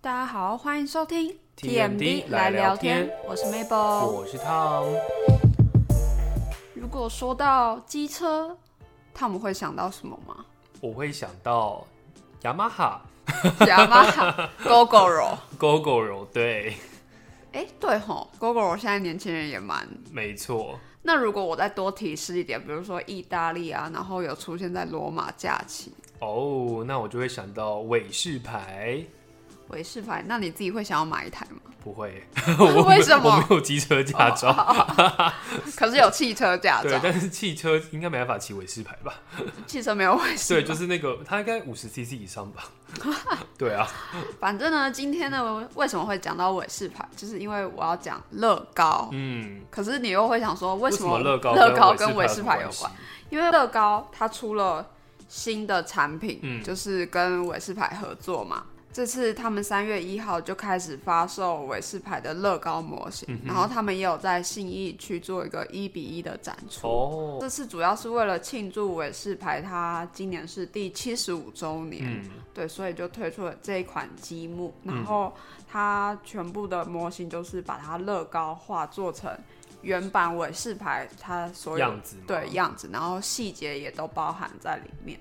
大家好，欢迎收听 TMD 来聊天我是 Mabel。我是汤，如果说到机车，他们会想到什么吗？ 我会想到雅马哈、雅 马哈、GoGoRo。 GoGoRo，对， 哎，对吼，GoGoRo 现在年轻人也蛮……没错，那如果我再多提示一点，比如说意大利啊，然后有出现在罗马假期、哦，那我就会想到韦氏牌，维士牌，那你自己会想要买一台吗？不 会， 我为什么哦我没有机车驾照，可是有汽车驾对照，，但是汽车应该没办法骑韦氏牌吧？汽车没有维士。对，就是那个，它应该五十 CC 以上 吧？对啊，反正呢，今天呢，为什么会讲到韦氏牌，就是因为我要讲乐高。嗯，可是你又会想说，为为什么乐高乐高跟跟韦氏氏牌有有关关？？因为乐高它出了新的产品，嗯就是跟韦氏牌合作嘛。这次他们三月一号就开始发售韦氏牌的乐高模型，嗯然后他们也有在信义区做一个一比一的展出。哦，这次主要是为了庆祝韦氏牌它今年是第七十五周年，嗯，对，所以就推出了这一款积木，然后它全部的模型就是把它乐高化做成原版韦氏牌它所有样子吗对样子，然后细节也都包含在里面。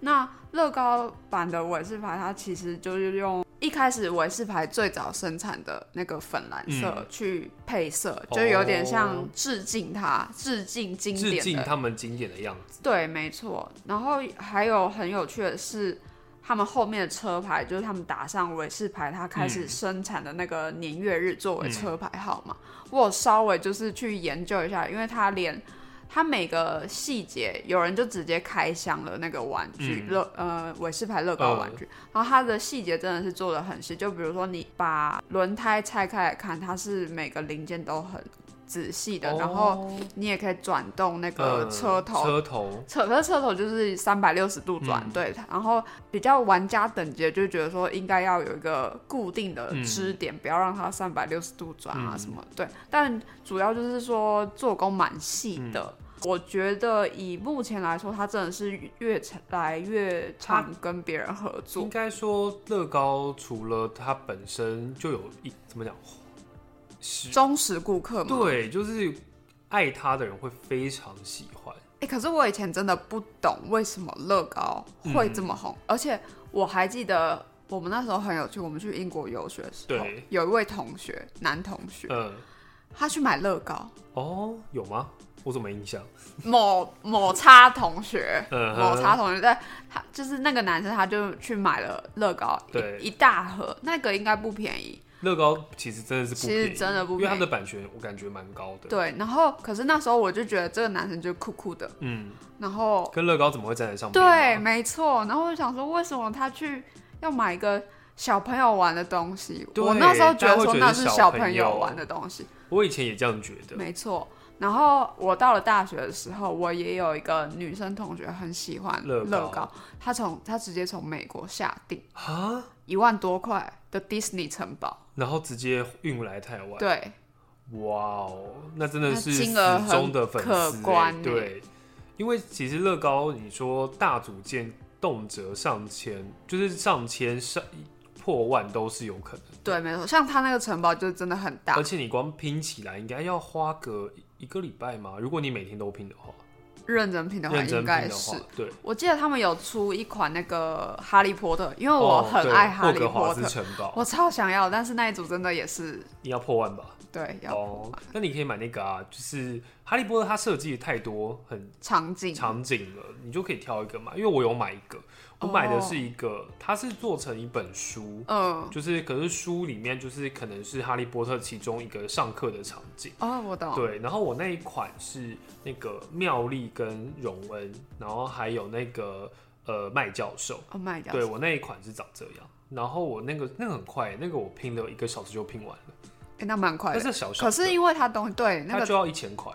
那乐高版的韦氏牌，它其实就是用一开始韦氏牌最早生产的那个粉蓝色嗯去配色，就有点哦像致敬它，致敬经典致的敬他们经典的样子，对，没错。然后还有很有趣的是，他们后面的车牌就是他们打上韦氏牌，它开始生产的那个年月日作为车牌号码。我有稍微就是去研究一下，因为它连它每个细节，有人就直接开箱了那个玩具嗯乐、呃韦氏牌乐高玩具，然后它的细节真的是做的很细。就比如说你把轮胎拆开来看，它是每个零件都很仔细的，然后。哦你也可以转动那个嗯车头，车头，扯车车头就是三百六十度转、嗯对。然后比较玩家等级的就觉得说应该要有一个固定的嗯支点，不要让它三百六十度转啊嗯什么、对。但主要就是说做工蛮细嗯的。我觉得以目前来说，它真的是越来啊越常跟别人合作应，该说，乐高除了它本身就有一怎么讲，是忠实顾客嘛。对，就是爱它的人会非常喜欢。欸，可是我以前真的不懂为什么乐高会这么红，而且我还记得我们那时候很有趣，我们去英国游学的时候对，有一位同学，男同学，嗯，他去买乐高，哦，有吗？我怎么没印象？某某差同学，嗯某哼差同学，但他就是那个男生，他就去买了乐高对一一大盒，那个应该不便宜，乐高其实真的是不其便宜，实真的不因为它便的宜。版权我感觉蛮高的。，对，然后可是那时候我就觉得这个男生就酷酷的，嗯，然后跟乐高怎么会站在上边对，呢？没错。然后我就想说，为什么他去要买一个小朋友玩的东西？对我那时候觉得大家说会觉得那是是小小朋朋友啊友玩的东西，我以前也这样觉得。没错。然后我到了大学的时候，我也有一个女生同学很喜欢乐高乐高，她从她直接从美国下订啊，一万多块的 Disney 城堡，然后直接运来台湾，对，哇哦，那真的那是金额死忠的很粉丝、可欸，观欸对，因为其实乐高，你说大组件动辄上千，就是上千上破万都是有可能，对，没错。像她那个城堡就真的很大而，且你光拼起来应该要花个一个礼拜嘛，如果你每天都拼的话，认真拼的话认真应拼该的话是。，对。我记得他们有出一款那个哈利波特，因为我哦很对爱哈利霍格华波兹特，城堡，我超想要，但是那一组真的也是你要破万吧？对要哦，那你可以买那个啊，就是哈利波特，它设计太多很场景，场景了，你就可以挑一个嘛。因为我有买一个，我买的是一个，它是做成一本书，嗯，就是可是书里面就是可能是哈利波特其中一个上课的场景。哦，我懂，对，然后我那一款是那个妙丽跟荣恩，然后还有那个呃麦教授。 ，Oh my god，对我那一款是长这样，然后我那个那个很快，那个我拼了一个小时就拼完了，诶哎那蛮快但的，是小小可的是因为它东西对那它个就要一千块，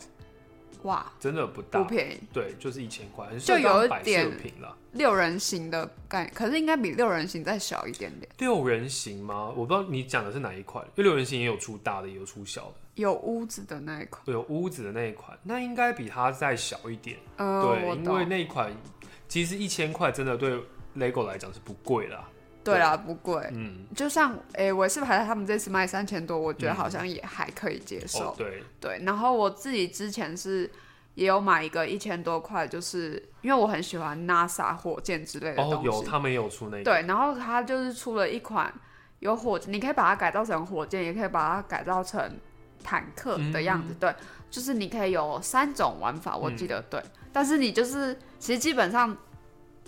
哇真的不大不，便宜，对，就是一千块，很就适合有一当摆点设品啦。六人行的概念，可是应该比六人行再小一点点，六人行吗？我不知道你讲的是哪一款，因为六人行也有出大的，也有出小的，有屋子的那一款，有屋子的那一款，那应该比它再小一点。嗯，对，我因为懂，那一款其实一千块真的对 LEGO 来讲是不贵啦。对啦，不贵。嗯，就像诶、我是排在他们这次卖三千多，我觉得好像也还可以接受。哦，对，对，然后我自己之前是也有买一个一千多块，就是因为我很喜欢 NASA 火箭之类的哦，东西。有他们也有出那个，对，然后它就是出了一款有火，你可以把它改造成火箭，也可以把它改造成坦克嗯的样子。对，就是你可以有三种玩法，我嗯记得、对。但是你就是其实基本上，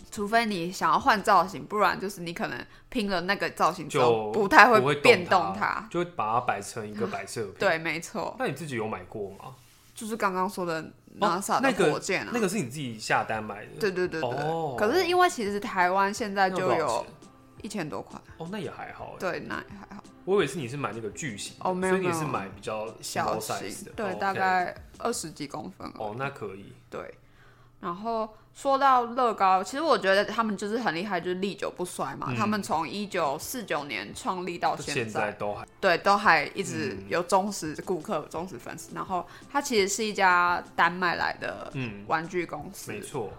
除非你想要换造型，不然就是你可能拼了那个造型之后就不太不会动变它动它。就会把它摆成一个摆设品。，啊对，啊没错，那你自己有买过吗？就是刚刚说的哦 NASA 那的个火箭啊。那个是你自己下单买的？对对对对。哦可是因为其实台湾现在那就多少有钱一千多块，哦，那也还好哎。对，那也还好。我以为是你是买那个巨型的，哦没有所以你没是有买比较小 small size 型的，，对，哦大 OK 概二十几公分而已哦，那可以，对。然后说到乐高，其实我觉得他们就是很厉害，就是历久不衰嘛。嗯他们从一九四九年创立到现在，现在都还对，都还一直嗯有忠实顾客、忠实粉丝。然后它其实是一家丹麦来的嗯，玩具公司，没错，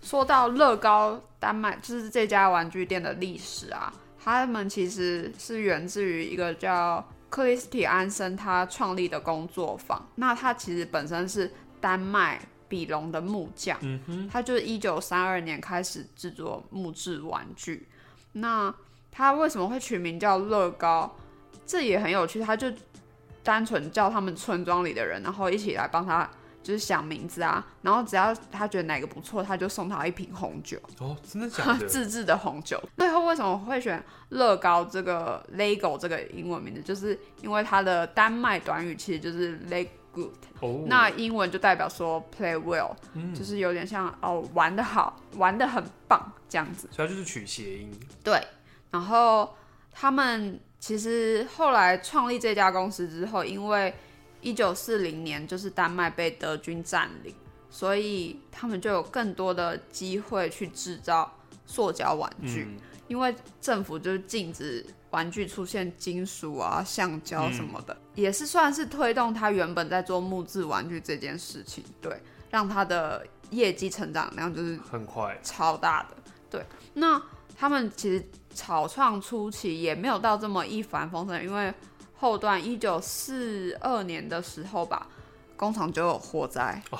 说到乐高丹麦，就是这家玩具店的历史啊，他们其实是源自于一个叫克里斯蒂安森他创立的工作坊。那他其实本身是丹麦比隆的木匠，嗯哼，他就是一九三二年开始制作木质玩具。那他为什么会取名叫乐高？这也很有趣，他就单纯叫他们村庄里的人，然后一起来帮他就是想名字啊。然后只要他觉得哪个不错，他就送他一瓶红酒，哦，真的假的？自制的红酒。最后为什么会选乐高这个 Lego 这个英文名字？就是因为它的丹麦短语其实就是 Leg Good。哦，那英文就代表说 play well，、就是有点像哦玩的好，玩的很棒这样子。所以它就是取谐音，对，然后他们其实后来创立这家公司之后，因为一九四零年就是丹麦被德军占领，所以他们就有更多的机会去制造塑胶玩具，嗯，因为政府就是禁止玩具出现金属啊、橡胶什么的，也是算是推动他原本在做木质玩具这件事情，对，让他的业绩成长量就是很快，超大的。对，那他们其实草创初期也没有到这么一帆风顺，因为后段一九四二年的时候吧，工厂就有火灾。哦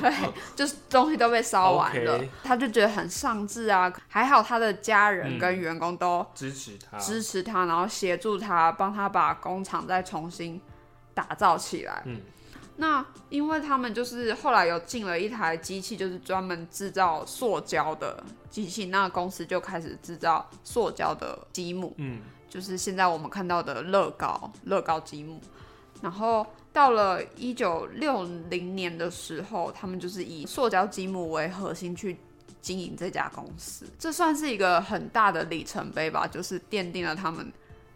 对， 就是东西都被烧完了 OK 他就觉得很丧志啊。还好他的家人嗯跟员工都支持它，支持他，然后协助他，帮他把工厂再重新打造起来。嗯，那因为他们就是后来有进了一台机器，就是专门制造塑胶的机器，那公司就开始制造塑胶的积木，嗯，就是现在我们看到的乐高乐高积木。然后到了一九六零年的时候，他们就是以塑胶积木为核心去经营这家公司，这算是一个很大的里程碑吧，就是奠定了他们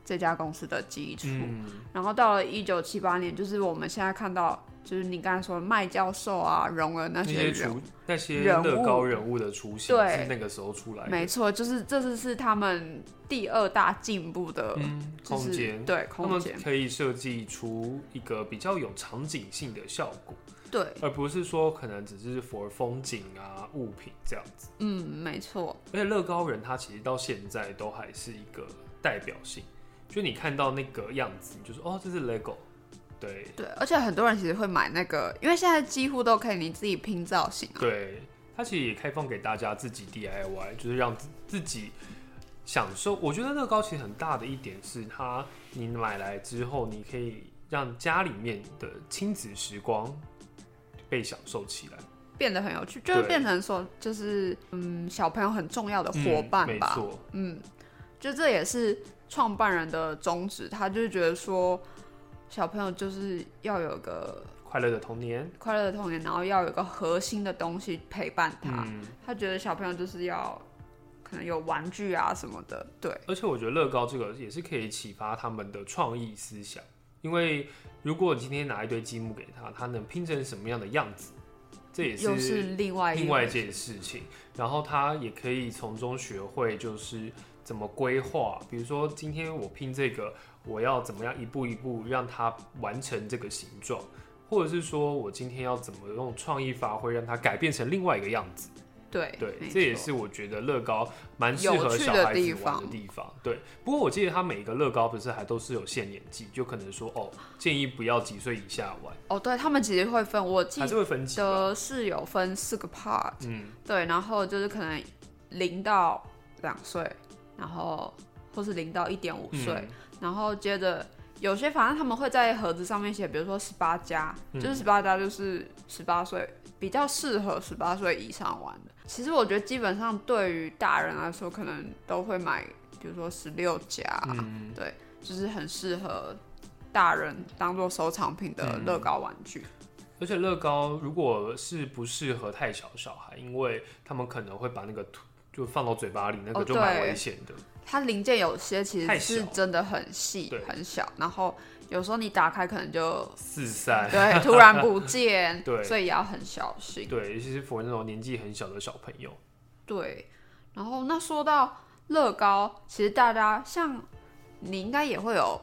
这家公司的基础。嗯，然后到了一九七八年，就是我们现在看到，就是你刚才说的麦教授啊、荣儿那那些些人，雏那些人乐高物人物的雏形对是那个时候出来的，没错，就是这次是他们第二大进步的，嗯，就是空间，对他空们间，可以设计出一个比较有场景性的效果，对，而不是说可能只是 for 风景啊、物品这样子。嗯，没错，而且乐高人他其实到现在都还是一个代表性，就你看到那个样子，你就说哦，这是 LEGO，对对，而且很多人其实会买那个，因为现在几乎都可以你自己拼造型啊，对，它其实也开放给大家自己 DIY，就是让自自己享受。我觉得乐高其实很大的一点是它，你买来之后，你可以让家里面的亲子时光被享受起来，变得很有趣，就是对变成说，就是嗯，小朋友很重要的伙伴嗯没吧，错，嗯，就这也是创办人的宗旨，他就是觉得说，小朋友就是要有个快乐的童年。快乐的童年，然后要有一个核心的东西陪伴他。嗯，他觉得小朋友就是要可能有玩具啊什么的，对，而且我觉得乐高这个也是可以启发他们的创意思想，因为如果你今天拿一堆积木给他，他能拼成什么样的样子，这也又是另外一另外一回件事情，然后他也可以从中学会就是怎么规划，比如说今天我拼这个，我要怎么样一步一步让它完成这个形状，或者是说我今天要怎么用创意发挥让它改变成另外一个样子，对对，没这也错是我觉得乐高蛮适有合趣小的孩地子玩的方地方。对，不过我记得它每一个乐高不是还都是有限年纪，就可能说哦，建议不要几岁以下玩，哦，对他们其实会分，我记还是会分级吧。得是有分四个 part，嗯，对，然后就是可能零到两岁，然后或是零到一点五岁，嗯然后接着有些反正他们会在盒子上面写，比如说十八加，嗯就是十八加就是十八岁，比较适合十八岁以上玩的。其实我觉得基本上对于大人来说，可能都会买，比如说十六加，嗯对，就是很适合大人当做收藏品嗯的乐高玩具。而且乐高如果是不适合太小的小孩，因为他们可能会把那个吐就放到嘴巴里，那哦个就蛮对危险的。它零件有些其太实是小真的很细对很小，然后有时候你打开可能就四散，对突然不见，哎 对所以也要很小心。对，尤其是 for 那种年纪很小的小朋友。对，然后那说到乐高，其实大家像你应该也会有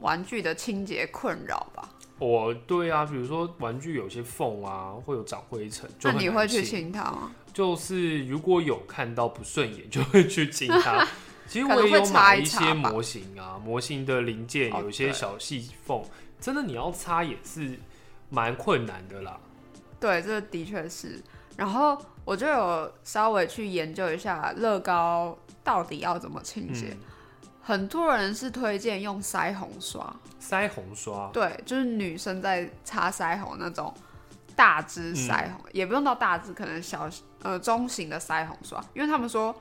玩具的清洁困扰吧？我对啊，比如说玩具有些缝啊，会有长灰尘，就那很你难会去清清它吗？就是如果有看到不顺眼，就会去清 它。其实可能我也会有擦买一一擦些吧模型啊，模型的零件哦有一些对小细缝，真的你要擦也是蛮困难的啦。对，这的确是。然后我就有稍微去研究一下乐高到底要怎么清洁。嗯，很多人是推荐用腮红刷，腮红刷，对，就是女生在擦腮红那种大支腮红，也不用到大支，可能小呃中型的腮红刷，因为他们说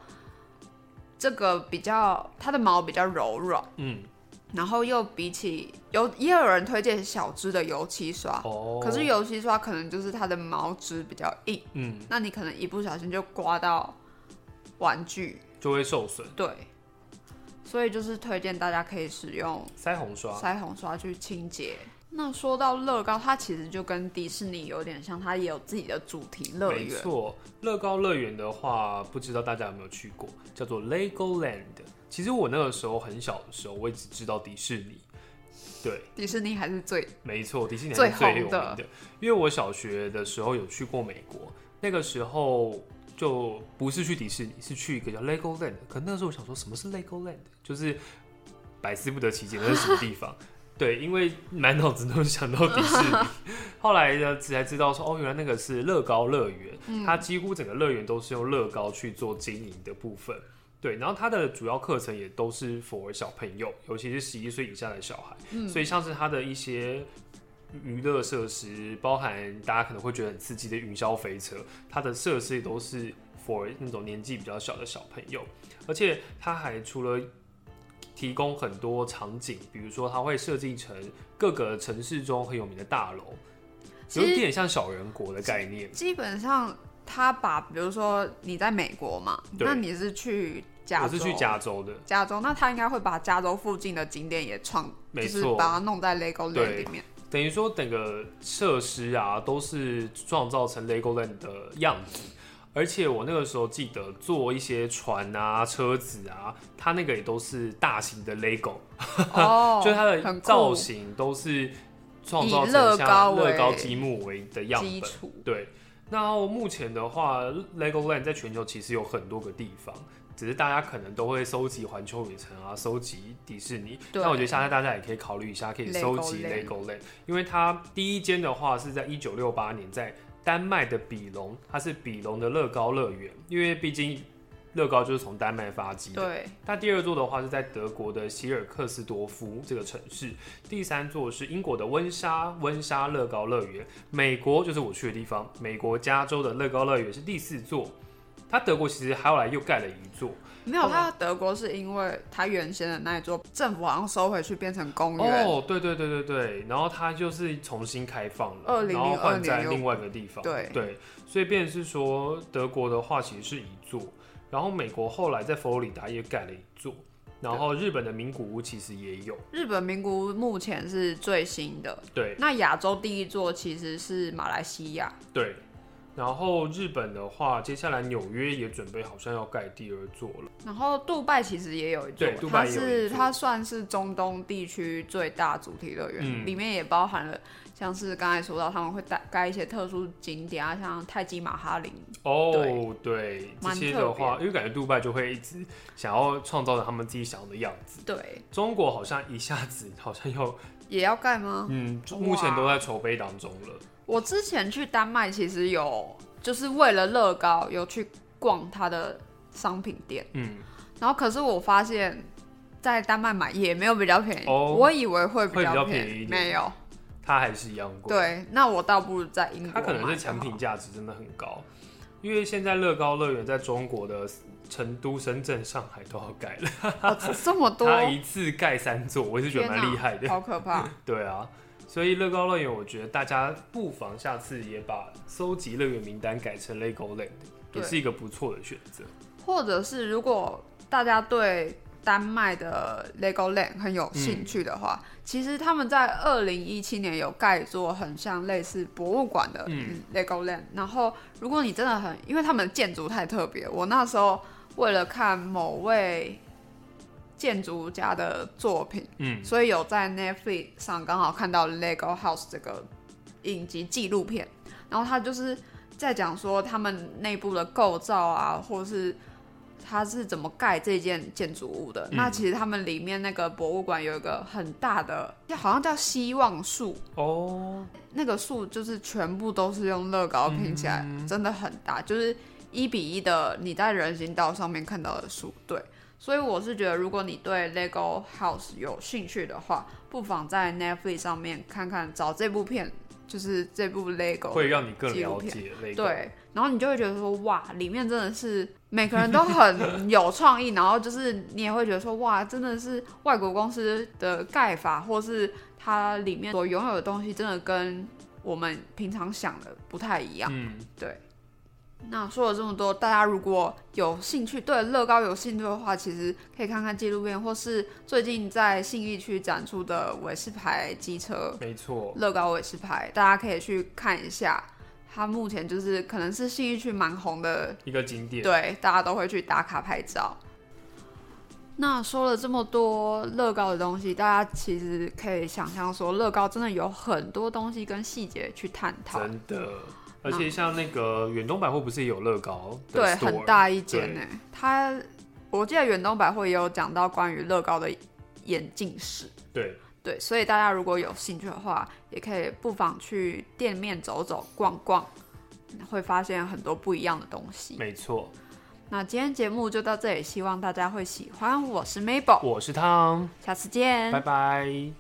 这个比较它的毛比较柔软，嗯，然后又比起有也有人推荐小支的油漆刷，哦，可是，油漆刷可能就是它的毛质比较硬，嗯，那你可能一不小心就刮到玩具，就会受损。对，所以就是推荐大家可以使用腮红刷，腮红刷去清洁。那说到乐高，它其实就跟迪士尼有点像，它也有自己的主题乐没园。错，乐高乐园的话，不知道大家有没有去过，叫做 Legoland。其实我那个时候很小的时候，我也只知道迪士尼。对，迪士尼还是最没错，迪士尼还最是最红有名的的。因为我小学的时候有去过美国，那个时候就不是去迪士尼，是去一个叫 Legoland。可那时候我想说，什么是 Legoland？就是百思不得其解，那是什么地 方？对，因为满脑子都想到迪士 尼，后来呢才知道说，哦，原来那个是乐高乐园，嗯它几乎整个乐园都是用乐高去做经营的部分。对，然后它的主要课程也都是 for 小朋友，尤其是十一岁以下的小孩，嗯所以像是它的一些娱乐设施，包含大家可能会觉得很刺激的云霄飞车，它的设施也都是 for 那种年纪比较小的小朋友，而且它还除了提供很多场景，比如说它会设计成各个城市中很有名的大楼，其有实点像小人国的概念。基本上，它把比如说你在美国嘛，对那你是去加我州，是去加州的，加州，那它应该会把加州附近的景点也创，就没是错把它弄在 Lego Land 对里面。等于说整个设施啊都是创造成 Legoland 的样子。而且我那个时候记得做一些船啊、车子啊，它那个也都是大型的 Lego，、哦， 就是它的很造酷型都是创造以成乐高像为乐高积木为的样哦基本。础，对，那目前的话，Legoland 在全球其实有很多个地方，只是大家可能都会收集环球影城啊，收集迪士尼。对那我觉得下次大家也可以考虑一下，可以收集 Legoland Legoland，因为它第一间的话是在一九六八年在丹麦的比隆，它是比隆的乐高乐园，因为毕竟乐高就是从丹麦发迹的。对，那第二座的话是在德国的希尔克斯多夫这个城市，第三座是英国的温莎温莎乐高乐园，美国就是我去的地方，美国加州的乐高乐园是第四座。它德国其实后来又盖了一座，没有，它德国是因为它原先的那一座政府好像收回去变成公园，哦，对对对对对，然后它就是重新开放了， 2002然后换在年又另外一个地方，对对，所以变成是说德国的话其实是一座，然后美国后来在佛罗里达也盖了一座，然后日本的名古屋其实也有，日本名古屋目前是最新的，对，那亚洲第一座其实是马来西亚，对，然后日本的话，接下来纽约也准备好像要盖第二座了。然后杜拜其实也有一座对，杜它拜也有一是座它算是中东地区最大主题乐园，嗯里面也包含了像是刚才说到他们会带盖一些特殊景点啊，像泰姬玛哈林，哦，对，这蛮些特的别话，因为感觉杜拜就会一直想要创造他们自己想要的样子。对，中国好像一下子好像又，也要盖吗？嗯，就目前都在筹备当中了。我之前去丹麦，其实有就是为了乐高有去逛它的商品店，嗯，然后可是我发现，在丹麦买也没有比较便宜，哦我以为会比会比较便便宜一点没有。它还是一样贵。，对，那我倒不如在英国它可能买是就产好品价值真的很高，因为现在乐高乐园在中国的成都、深圳、上海都要盖了，哦这这么多， 它一次盖三座，我是觉得天蛮哪厉害的。好可怕。对啊，所以乐高乐园，我觉得大家不妨下次也把搜集乐园名单改成 LEGO Land，对也是一个不错的选择。或者是如果大家对丹麦的 Legoland 很有嗯兴趣的话，其实他们在二零一七年有盖一座很像类似博物馆的嗯 Legoland、然后，如果你真的很，因为他们的建筑太特别，我那时候为了看某位建筑家的作品，嗯，所以有在 Netflix 上刚好看到 Lego House 这个影集纪录片，然后他就是在讲说他们内部的构造啊，或是他是怎么盖这件建筑物的。嗯那其实他们里面那个博物馆有一个很大的，好像叫希望树，哦，那个树就是全部都是用乐高拼起来，嗯真的很大，就是一比一的你在人行道上面看到的树。对，所以我是觉得，如果你对 Lego House 有兴趣的话，不妨在 Netflix 上面看看，找这部片，就是这部 Lego 会让你更纪录了片解 LEGO。对，然后你就会觉得说，哇，里面真的是每个人都很有创意，然后就是你也会觉得说，哇，真的是外国公司的盖法，或是它里面所拥有的东西，真的跟我们平常想的不太一样。嗯，对。那说了这么多，大家如果有兴趣对乐高有兴趣的话，其实可以看看纪录片，或是最近在信义区展出的韦氏牌机车没错。乐高韦氏牌，大家可以去看一下。它目前就是可能是信义区蛮红的，一个景点，对，大家都会去打卡拍照。那说了这么多乐高的东西，大家其实可以想象说，乐高真的有很多东西跟细节去探讨，真的。而且像那个远东百货不是也有乐高的对， store？很大一间对呢。它我记得远东百货也有讲到关于乐高的眼镜室，对，对，所以大家如果有兴趣的话，也可以不妨去店面走走逛逛，会发现很多不一样的东西。没错。那今天节目就到这里，希望大家会喜欢。我是 Mabel，我是汤，下次见，拜拜。